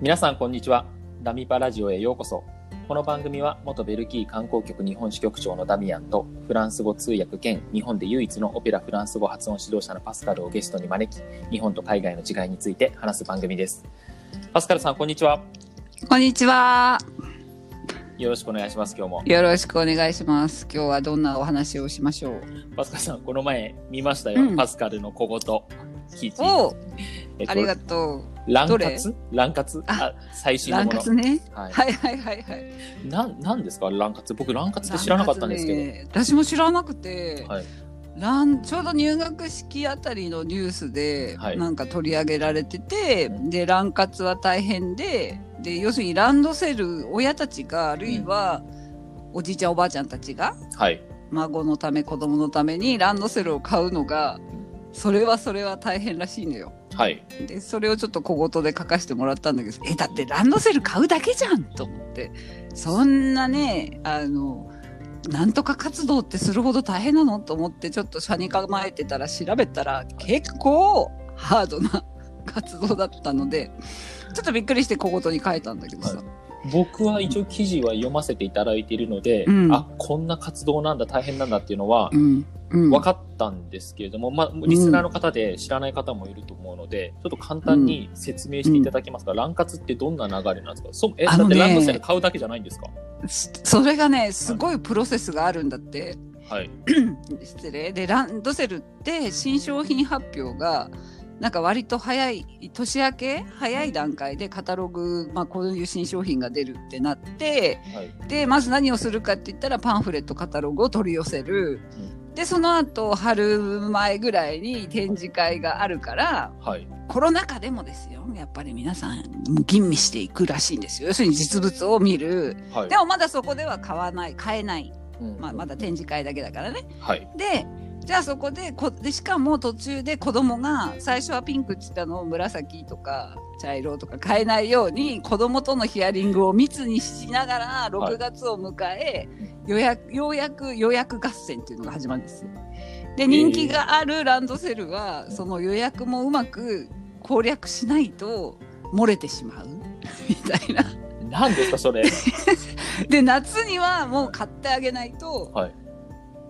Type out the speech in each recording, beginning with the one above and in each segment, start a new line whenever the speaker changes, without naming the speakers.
皆さんこんにちはダミパラジオへようこそこの番組は元ベルギー観光局日本支局長のダミアンとフランス語通訳兼日本で唯一のオペラフランス語発音指導者のパスカルをゲストに招き日本と海外の違いについて話す番組ですパスカルさんこんにちは
こんにちは。
よろしくお願いします今日も
よろしくお願いします。今日はどんなお話をしましょう。
パスカルさんこの前見ましたよ、
うん
パスカルの小言記事
おお、
えっと
ありがとう。
乱
どれ
活乱活あ最新の
乱
もの
活ね。
はい、
はいはいはいはい。
なんなんですか乱活僕乱活って知らなかったんですけど、
乱活ね私も知らなくて。
はい
乱ちょうど入学式あたりのニュースで、
はい
なんか取り上げられてて、
うん
で乱活は大変でで要するにランドセル親たちがあるいは、おじいちゃんおばあちゃんたちが
はい
孫のため子供のためにランドセルを買うのがそれはそれは大変らしいのよ。
はい
でそれをちょっと小言で書かせてもらったんだけど「えだってランドセル買うだけじゃん!」と思ってそんなねあのなんとか活動ってするほど大変なのと思ってちょっと車に構えてたら調べたら結構ハードな活動だったのでちょっとびっくりして小言に書いたんだけどさ、
は僕は一応記事は読ませていただいているので、
うん
あこんな活動なんだ大変なんだっていうのは
うんうん、
分かったんですけれども、まあ、リスナーの方で知らない方もいると思うので、ちょっと簡単に説明していただけますか、乱活ってどんな流れなんですかそえだ
あ
っ
の
て
ね
ランドセル買うだけじゃないんですか
そそれがねすごいプロセスがあるんだって。
はい
失礼でランドセルって新商品発表がなんか割と早い年明け早い段階でカタログ、まあ、こういう新商品が出るってなって
はい
でまず何をするかって言ったらパンフレットカタログを取り寄せるでその後春前ぐらいに展示会があるから
はい
コロナ禍でもですよやっぱり皆さん吟味していくらしいんですよ要するに実物を見る
はい
でもまだそこでは買わない買えない、
うん
まあ、まだ展示会だけだからね
はい
でじゃあそこでこでしかも途中で子供が最初はピンクって言ったのを紫とか茶色とか変えないように子供とのヒアリングを密にしながら6月を迎え、予約ようやく予約合戦っていうのが始まるんですよ。で人気があるランドセルはその予約もうまく攻略しないと漏れてしまう みたいな。
何ですか それ
で夏にはもう買ってあげないと、
はい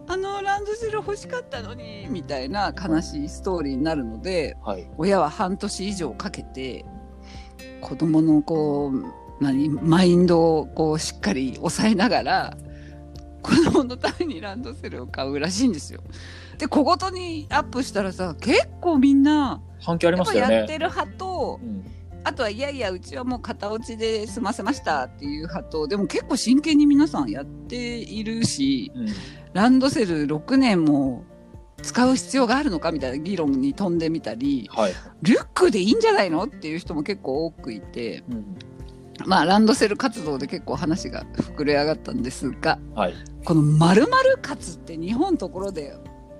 あのランドセル欲しかったのにみたいな悲しいストーリーになるので
はい
親は半年以上かけて子供のこう何マインドをこうしっかり抑えながら子供のためにランドセルを買うらしいんですよ。で小言にアップしたらさ結構みんな
反響あり
や
ま
っ
し
ぱ
たよ
やっ
ね
てる派と
うん
あとはいやいやうちはもう片落ちで済ませましたっていう派とでも結構真剣に皆さんやっているし
うん
ランドセル6年も使う必要があるのかみたいな議論に飛んでみたり
はい
リュックでいいんじゃないのっていう人も結構多くいて
うん
まあランドセル活動で結構話が膨れ上がったんですが
はい
この〇〇活って日本のところで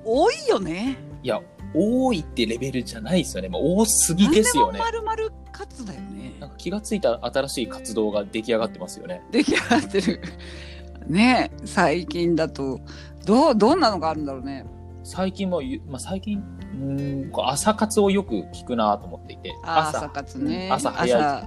多いよね。
いや多いってレベルじゃないですよねもう多すぎですよね
何でも〇〇活だよね
なん。か気がついた新しい活動が出来上がってますよね。
出来上がってる。 ねえ最近だと、どう、どんなのがあるんだろうね。
最近もゆ、まあ、最近、うーん、こう朝活をよく聞くなと思っていて、
あ朝活ね。
朝早い
朝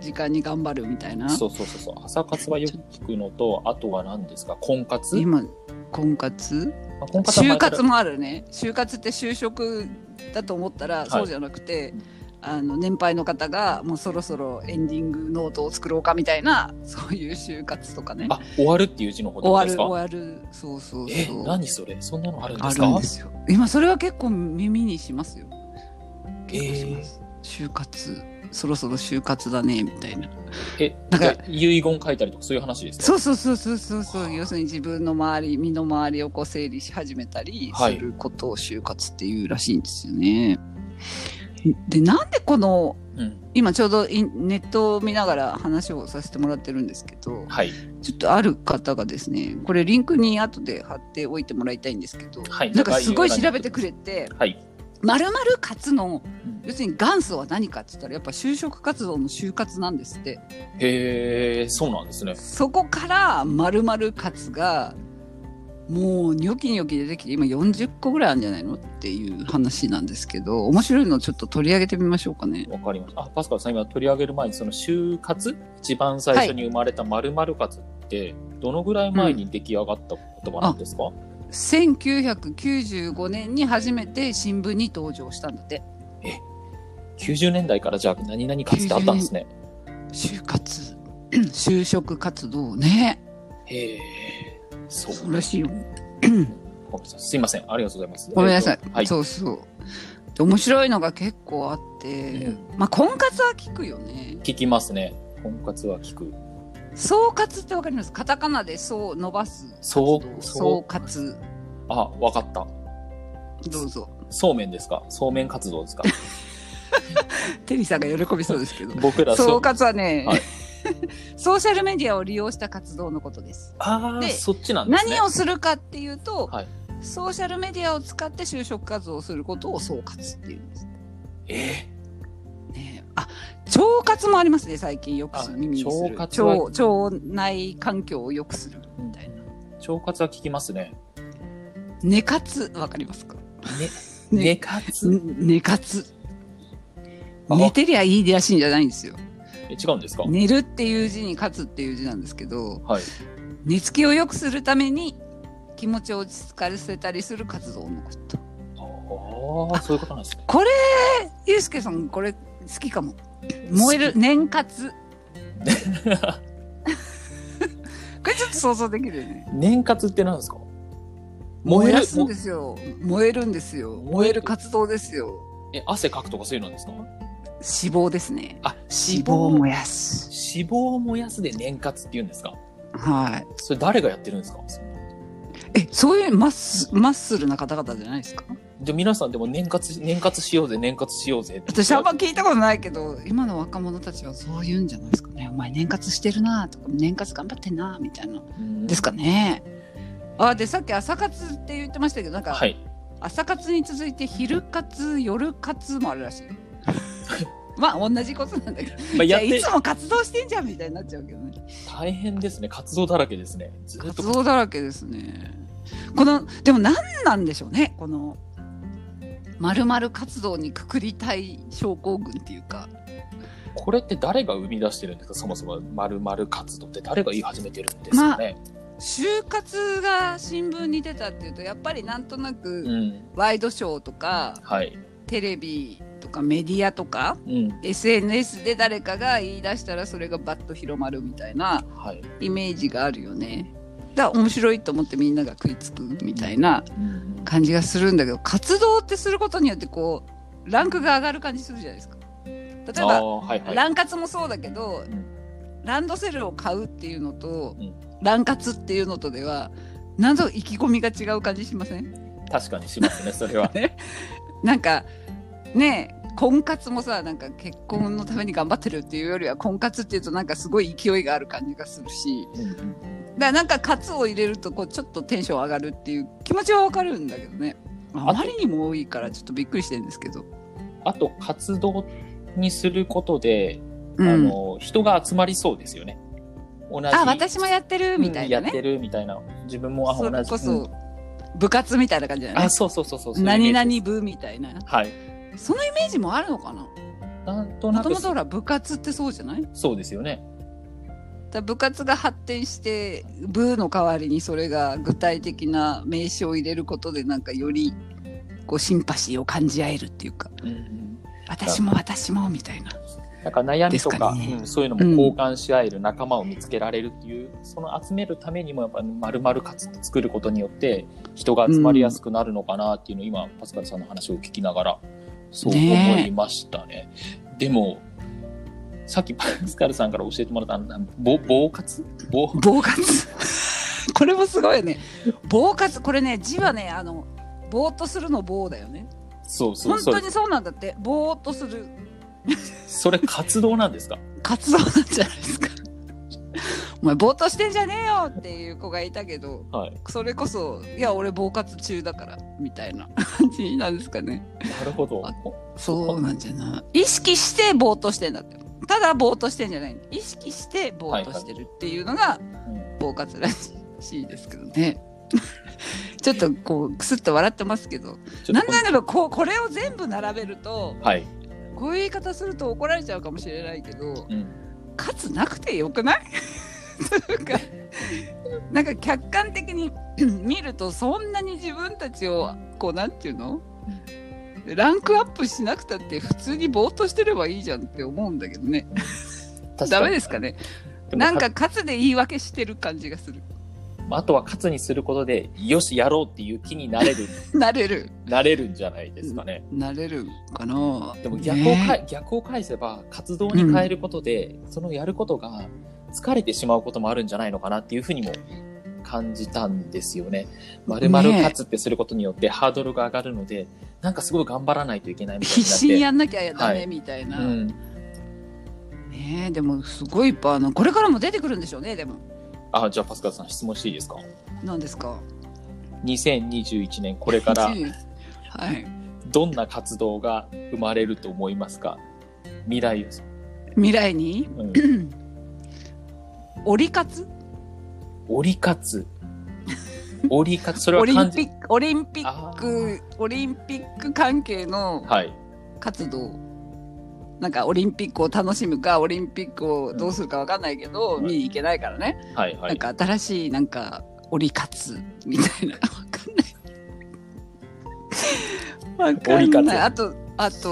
時間に頑張るみたいな。
そうそうそうそう、朝活はよく聞くのと、あとは何ですか、婚活、ま
今、婚活
あ、婚活は
就
前から
活もあるね。就活って就職だと思った
い
ら、そうじゃなくて、あの年配の方がもうそろそろエンディングノートを作ろうかみたいなそういう就活とかね
あ、終わるっていう字の方で
終わ
で
る
す
終
か
わるそうそう
え
そ、う
何それそんなのあるんで
あ
す
るん
か
ですよ今それは結構耳にしますよ
え
結構しま
ー
す、就活そろそろ就活だねみたいな
え、
なん
じゃ
か
あ遺言書いたりとかそういう話ですか
そうそうそうそうそうそ
はあ
う要するに自分の周り身の回りをこう整理し始めたり
は
す
い
ることを就活っていうらしいんですよね、でなんでこの
うん。
今ちょうどインネットを見ながら話をさせてもらってるんですけど
はい。
ちょっとある方がですねこれリンクに後で貼っておいてもらいたいんですけど、
はい
なんかすごい調べてくれて
はい。
まるまる活の
うん
要するに元祖は何かって言ったらやっぱ就職活動の就活なんですって
へえ、そうなんですね。
そこからまるまる活がもうニョキニョキ出てきて今40個ぐらいあるんじゃないのっていう話なんですけど面白いのちょっと取り上げてみましょうかね。
わかりました。あ、パスカルさん、今取り上げる前に、その就活、一番最初に生まれた〇〇活って、どのぐらい前に出来上がった言葉なんですか、
1995年に初めて新聞に登場したんだって
?90 年代からじゃあ何々活ってあったんですね。
就活就職活動ね
へえ、そう。
そうらしいよ
ごめんなさいすいません。ありがとうございます。
ごめんなさい
え、ーとはい。
そうそうで面白いのが結構あって、
うん
まあ婚活は聞くよね
聞きますね。婚活は聞く。
総括ってわかりますカタカナでそう伸ばす
総
活動総
総
括
あ、わかった。
どうぞ
そうめんですかそうめん活動 ですか
テリーさんが喜びそうです けど
僕ら
総
そう。
括はね、
はい
ソーシャルメディアを利用した活動のことです。
ああ、
で
そっちなんですね。
何をするかっていうと、
はい
ソーシャルメディアを使って就職活動をすることを総括っていうんです。
え
ねえ、あ腸活もありますね最近よく
あ
耳にする
腸活は
腸腸内環境を良くするみたいな。
ー、腸活は聞きますね。
寝活わかりますか
ね、
ね
寝活、
ん寝活
あ
寝てりゃいいらしいんじゃないんですよ。
え違うんですか、
寝るっていう字に活っていう字なんですけど、
はい。
寝つきを良くするために気持ちを落ち着かせたりする活動のこと
ああ、そういうことなんですね。
これゆうすけさんこれ好きかも燃える 年活これちょっと想像できるよね
年活って何ですか燃える
らすんですよ燃えるんですよ
燃える
燃える活動ですよ
え、汗かくとかそういうのですか
脂肪ですね
あ、
脂肪を燃やす
脂肪を燃やすで年活って言うんですか
はい
それ誰がやってるんですかそんな
えそういうマッスマッスルな方々じゃないですか
で皆さんでも年活、年活しようぜ、年活しようぜって。
私あんま聞いたことないけど今の若者たちはそう言うんじゃないですかねお前年活してるなとか年活頑張ってんなみたいな
うん
ですかねあでさっき朝活って言ってましたけどなんか
はい。
朝活に続いて昼活夜活もあるらしい まあ同じことなんだけど
まあ、
い
や
や
っ
い
て
つ、も活動してんじゃんみたいになっちゃうけどね
大変ですね。活動だらけですね。ずっ
活
と。
動だらけですねこのでも何なんでしょうねこのまるまる活動にくくりたい症候群っていうか
これって誰が生み出してるんですかそもそも〇〇活動って誰が言い始めてるんですかね、
就活が新聞に出たっていうとやっぱりなんとなく
うん。
ワイドショーとか
はい。
テレビとかメディアとか
うん。
SNS で誰かが言い出したらそれがバッと広まるみたいな
はい。
イメージがあるよね。だから面白いと思ってみんなが食いつくみたいな
うん
感じがするんだけど活動ってすることによってこうランクが上がる感じするじゃないですか。例え
あ
ば
あ、はいはい。
ラン活もそうだけど、
ん
ランドセルを買うっていうのと、
うん
ラン活っていうのとではなんと意気込みが違う感じしません
確かにしますね、それは。
なんかねえ婚活もさなんか結婚のために頑張ってるっていうよりは婚活っていうとなんかすごい勢いがある感じがするし
うんうん
だからなんか活を入れるとこうちょっとテンション上がるっていう気持ちはわかるんだけどねあまりにも多いからちょっとびっくりしてるんですけど、
あと、活動にすることで、
うん、
あの、人が集まりそうですよね。同じ。
あ私もやってるみたいな
うんやっ
ね、
てるみたいな。自分も、あ、同
それ
じ。
こ
う
そ
ん
部活みたいな感じじゃない
あ、そうそうそうそう。そういうイメ
何
ージ
々部みたいな
はい。
そのイメージもあるのかな
なんと
も
な
と
く
も、とほら部活ってそうじゃない
そうですよね。
だから部活が発展して部の代わりにそれが具体的な名詞を入れることでなんかよりこうシンパシーを感じ合えるっていうか
うんうん
私も私もみたいな
なんか悩みとか
ですかね
うんそういうのも交換し合える仲間を見つけられるっていう、その集めるためにもやっぱ丸々かつ作ることによって人が集まりやすくなるのかなっていうのを今パスカルさんの話を聞きながらそう
ねえ
思いましたね。でもさっきパ スカルさんから教えてもらったあのぼ防活防
防活 これもすごいよね防活これね字はねあのぼーっとするの棒だよね
そうそう
本
そ
当
う
にそうなんだってぼーっとする
それ活動なんですか
活動なんじゃないですか お前ぼーっとしてんじゃねえよっていう子がいたけど
はい。
それこそいや俺防活中だからみたいな感じなんですかね
なるほど。
あそうなんじゃない意識してぼーっとしてんだってただぼーっとしてんじゃない意識してぼーっとしてるっていうのが
うん
防活らしいですけどね、ちょっとこうくすっと笑ってますけど
ちょ
な
っ
ん
と
ならこうこれを全部並べると
はい、
こういう言い方すると怒られちゃうかもしれないけど
うん、
価値なくてよくない というかなんか客観的に 見るとそんなに自分たちをこうなんていうのランクアップしなくたって普通にぼーっとしてればいいじゃんって思うんだけどね
確
ダ
か
メ
に
ですかね
でも
なんか勝つで言い訳してる感じがする
あとは勝にすることでよしやろうっていう気になれる
なれる
なれるんじゃないですかね。
なれるかな
でも逆をかえ、逆を返せば活動に変えることで、そのやることが疲れてしまうこともあるんじゃないのかなっていうふうにも感じたんですよね。まるまる
ねえ
勝つってすることによってハードルが上がるので、なんかすごい頑張らないといけないみたいに
必
なって。
死にやんなきゃダ
は
メ
い
みたいな、
うん、
ねえでもすごいいっぱいあのこれからも出てくるんでしょうねでも
あじゃあパスカルさん質問していいですか
何ですか
2021年これから
一位はい
どんな活動が生まれると思いますか未来予想、
未来に
うん、
折り勝つ
折り勝つ折り勝つそれ
オ
は
リン
漢
ピ
字
ックオリンピ
あ
ックオリンピック関係の
はい
活動なんかオリンピックを楽しむかオリンピックをどうするかわかんないけど、
うん
見に行けないからね、
はいはい
なんか新しいなんか折り勝つみたいなわ かんないわ
折り
かん
勝
な
つ
いあとあと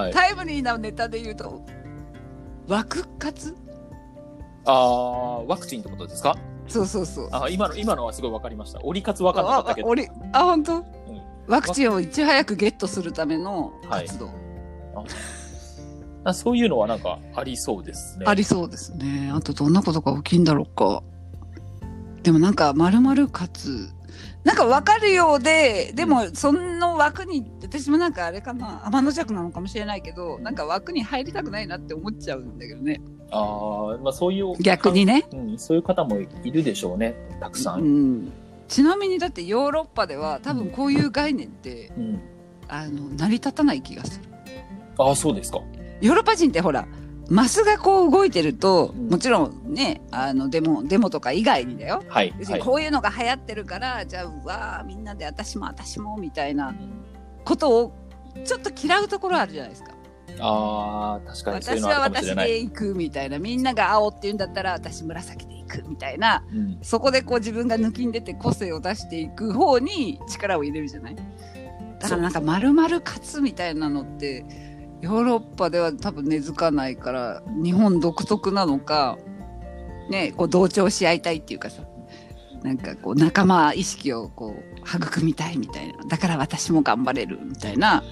はい
タイムリーなネタで言うと枠活
ああワクチンってことですか
そうそうそう
あ今の今のはすごいわかりました折り勝つわかんなかったけ
ああ
ど
折りあ本当、ワクチンをいち早くゲットするための
はい
活動、
あそういうのはなんかありそうですね
ありそうですねあとどんなことが大きいんだろうかでもなんかまるまる勝つなんか分かるようででもその枠に私もなんかあれかな天の弱なのかもしれないけどなんか枠に入りたくないなって思っちゃうんだけどね
あー、まあそういう
逆にね、
うん、そういう方もいるでしょうねたくさ、
うんん、ちなみにだってヨーロッパでは多分こういう概念って
うん、
あの成り立たない気がする
ああそうですか
ヨーロッパ人ってほらマスがこう動いてると
うん
もちろんねあのデモデモとか以外にだよ
はい
別
は
に
い
こういうのが流行ってるから、じゃあうわーみんなで私も私もみたいなことをちょっと嫌うところあるじゃないですか
あー確かにそういう
私
のあ
は
るかもしれ
私
ない、
で行くみたいなみんなが青って言うんだったら私紫で行くみたいな
うん、
そこでこう自分が抜きん出て個性を出していく方に力を入れるじゃないだからなんか丸々勝つみたいなのってヨーロッパでは多分根付かないから日本独特なのかねこう同調し合いたいっていうかさなんかこう仲間意識をこう育みたいみたいなだから私も頑張れるみたいな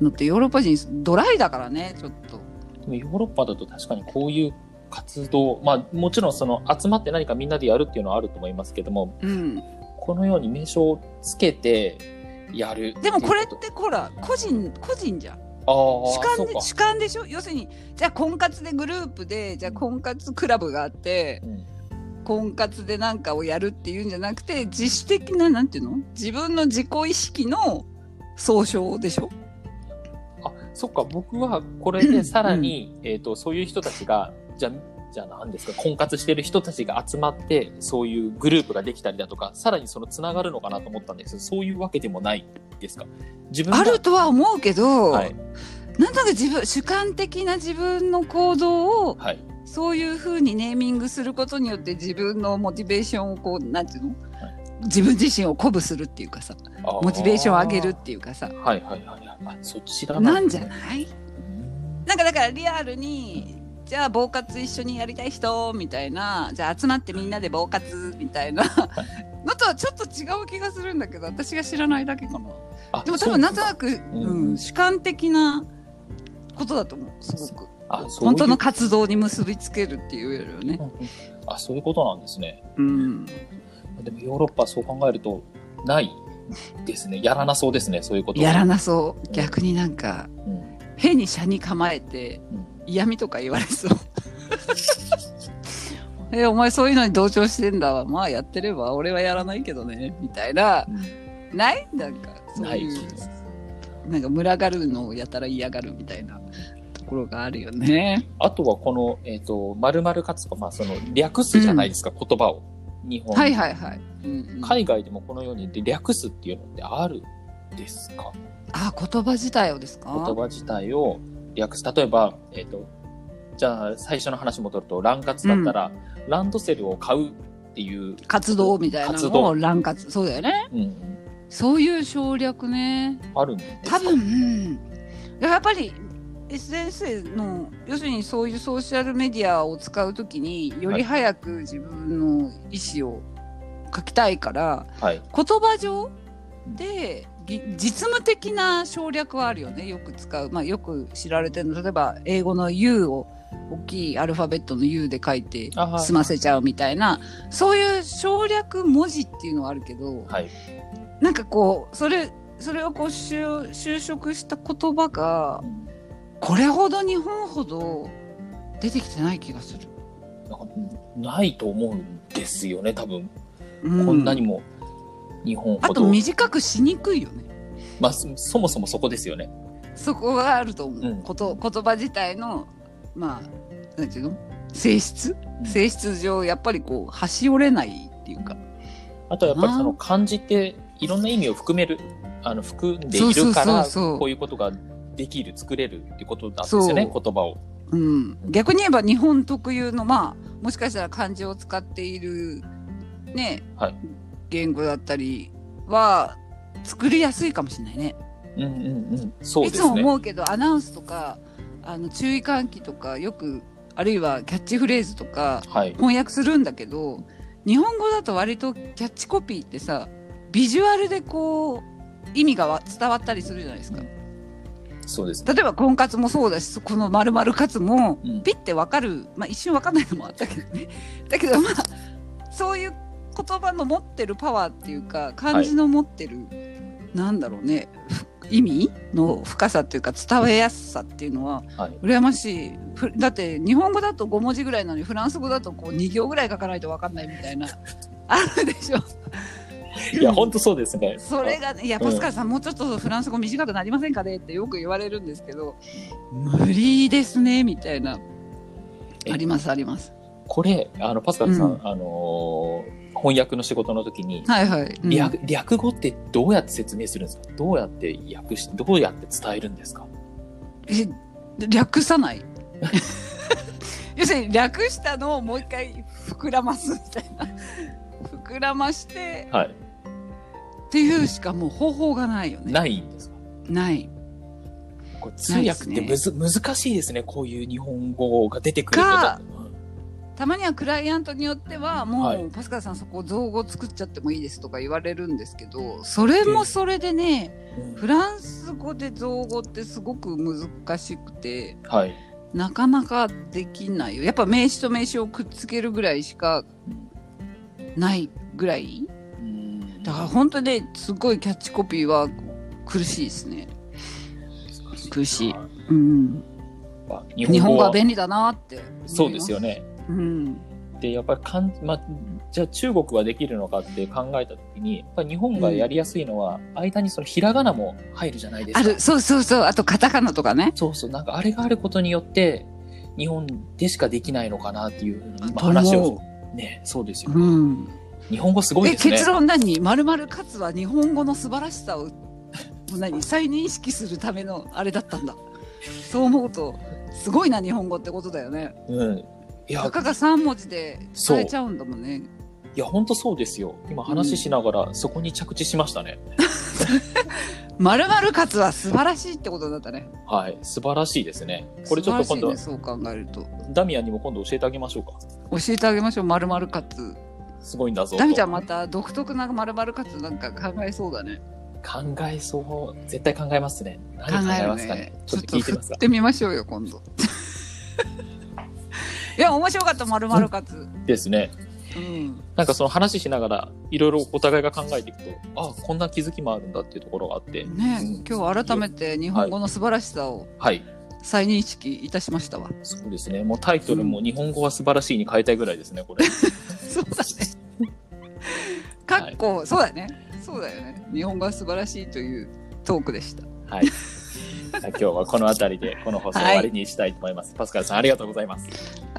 のってヨーロッパ人ドライだからねちょっと。
でもヨーロッパだと確かにこういう活動、まあ、もちろんその集まって何かみんなでやるっていうのはあると思いますけども
うん、
このように名称をつけてやる
でもこれっ
と
てほら個人個人じゃん
あー
主観
そう
で
か
主観でしょ要するにじゃあ婚活でグループでじゃあ婚活クラブがあって
うん
婚活で何かをやるっていうんじゃなくて自主的ななんていうの自分の自己意識の総称でしょ
あそっか僕はこれ でさらに、えー、とそういう人たちがじゃあじゃあ何ですか婚活してる人たちが集まってそういうグループができたりだとかさらにそのつながるのかなと思ったんですけどそういうわけでもないですか自分が
あるとは思うけど、
はい
なんとなく自分主観的な自分の行動を
はい
そういうふうにネーミングすることによって自分のモチベーションをこうなんていうの、
は
自分自身を鼓舞するっていうかさ
あー
モチベーションを上げるっていうかさ
はいはいはいはいあそちら
なんじ
で
ゃ
すね
ないなんかだからリアルにじゃあ防活一緒にやりたい人みたいなじゃあ集まってみんなで防活みた いなのとはちょっと違う気がするんだけど私が知らないだけかな
あ
でも多
そう
分なんとなく、
うん
うん、主観的なことだと思うすごく
あそういう
本当の活動に結びつけるっていうよりはね、
あそういうことなんですね
うん、
でもヨーロッパはそう考えるとないですねやらなそうですねそういうこと
やら
な、
なそう逆になんか
うん
変に車に構えて
うん
嫌味とか言われそう えお前そういうのに同調してんだわまあやってれば俺はやらないけどねみたいなないなんかそう
ない
いうなんか群がるのをやたら嫌がるみたいなところがあるよね
あとはこの「えー、と〇〇かつ」とか、まあ、その略すじゃないですか、言葉を日本、
はいはいはい。うんうん
海外でもこのように略すっていうのってあるんですか
あ言葉自体をですか
言葉自体を略す例えば、えっとじゃあ最初の話戻ると乱活だったら、ランドセルを買うっていう、
活動みたいな
活
の
動
を乱活そうだよね
うん、
そういう省略ね
あるんですか
多分、うん、やっぱり SNS の要するにそういうソーシャルメディアを使うときにより早く自分の意思を書きたいから、
はい
言葉上でぎ実務的な省略はあるよねよく使う、まあ、よく知られてるの例えば英語の U を大きいアルファベットの U で書いて
あはい
済ませちゃうみたいなそういう省略文字っていうのはあるけど、
はい
なんかこうそれそれをこう就就職した言葉がこれほど日本ほど出てきてない気がする。
なんかないと思うんですよね多分
う
こんなにも日本
あ
ほ
と
ど、
短くしにくいよね。
まあ、そそもそもそこですよね
そこがあると思う、
うん
こと言葉自体のまあなんていうの性質、
うん
性質上やっぱりこう端折れないっていうか
あとはやっぱりその
あ
漢字っていろんな意味を含めるあの含んで
そう
い
そう
るから
そうそう
こういうことができる作れるっていうことなんですよね
そ
言葉を。
うん、逆に言えば日本特有のまあもしかしたら漢字を使っているね、
はい
言語だったりは作りやすいかもしれないね。
うんうんうん、そう
い
で
つ
す
も
ね。
思うけどアナウンスとかあの注意喚起とかよくあるいはキャッチフレーズとか
はい。
翻訳するんだけど日本語だと割とキャッチコピーってさビジュアルでこう意味がわ伝わったりするじゃないですか。
そうですね。
例えば婚活もそうだしこの〇〇カツも
うん
ピッてわかる、まあ一瞬わかんないのもあったけどね だけどまあそういう言葉の持ってるパワーっていうか漢字の持ってる、なんだろうねふ意味の深さっていうか伝えやすさっていうのは
はい。
羨ましいふだって日本語だと5文字ぐらいなのにフランス語だとこう2行ぐらい書かないとわかんないみたいなあるでしょ
いや、本当そうですね。
それがね、いや、パスカルさん、もうちょっとフランス語短くなりませんかねってよく言われるんですけど、無理ですね、みたいな。
え
あります、あります。
これ、あの、パスカルさん、
う
あのー翻訳の仕事の時に、
はいはい。うん
略略語ってどうやって説明するんですかどうやって訳し、どうやって伝えるんですか
え略さない。 要するに、略したのをもう一回膨らますみたいな。膨らまして
はい。
っていうしかもう方法がないよね。
ないんですか
ない。
これ通訳って
ない
む
で
ず、難しいですね。こういう日本語が出てくること。
か
うん
たまにはクライアントによっては
は
も
いう
パスカルさんそこ造語作っちゃってもいいですとか言われるんですけどそれもそれでね
うん
フランス語で造語ってすごく難しくて
はい。
なかなかできないよやっぱ名詞と名詞をくっつけるぐらいしかないぐらい
うん
だから本当ねすごいキャッチコピーは苦しいですね、苦しいうん、
まあ日
日本
本
語
語
は
は
便利だなって
そうですよ
ね、
ね。
うん、
でやっぱりかん、まあ、じゃあ中国はできるのかって考えた時にやっぱり日本がやりやすいのは、間にそのひらがなも入るじゃないですか。
あるそうそうそうあとカタカナとかね
そうそうなんかあれがあることによって日本でしかできないのかなっていう今
と思う
話をねそうですよ、
うん
日本語すごい
え
ですね。
結論何まるまるかつは日本語の素晴らしさを何再認識するためのあれだったんだそう思うとすごいな日本語ってことだよね
うん、いや
たかが3文字で
そう
伝えちゃうんだもんね
いや本当そうですよ今話ししながらそこに着地しましたね。
まるまるかつは素晴らしいってことだったね
はい素晴らしいですね。これちょっと今度、
素晴らしいね、そう考えると
ダミアンにも今度教えてあげましょうか。
教えてあげましょうまるまるかつ
すごいんだぞと。
ダミちゃんまた独特なまるまるかつなんか考えそうだね
考えそう絶対考えますね何
考
考
え
え
る
ますかね
ね
ちょっと聞いてみます
振
か
ってみましょうよ今度 いや面白かったまるまるかつ
ですね
うん
なんかその話しながらいろいろお互いが考えていくとあこんな気づきもあるんだっていうところがあって
ね、
うん
今日改めて日本語の素晴らしさを
はい
再認識いたしましたわ。
そうですねもうタイトルも「日本語は素晴らしい」に変えたいぐらいですねこれ
そうだね。かっこ、そうだね。そうだよね。日本語は素晴らしいというトークでした。
はいじゃあ今日はこの辺りでこの放送終わりにしたいと思います、パスカルさんありがとうございます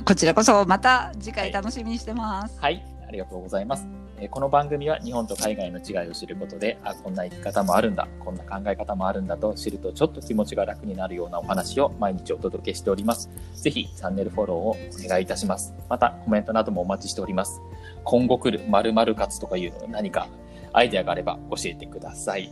こちらこそまた次回楽しみにしてます。
はいありがとうございますりがとうございます。えーこの番組は日本と海外の違いを知ることで、あ、こんな生き方もあるんだ、こんな考え方もあるんだと知るとちょっと気持ちが楽になるようなお話を毎日お届けしております。ぜひチャンネルフォローをお願いいたします。またコメントなどもお待ちしております。今後来る〇〇活とかいうの何かアイデアがあれば教えてください。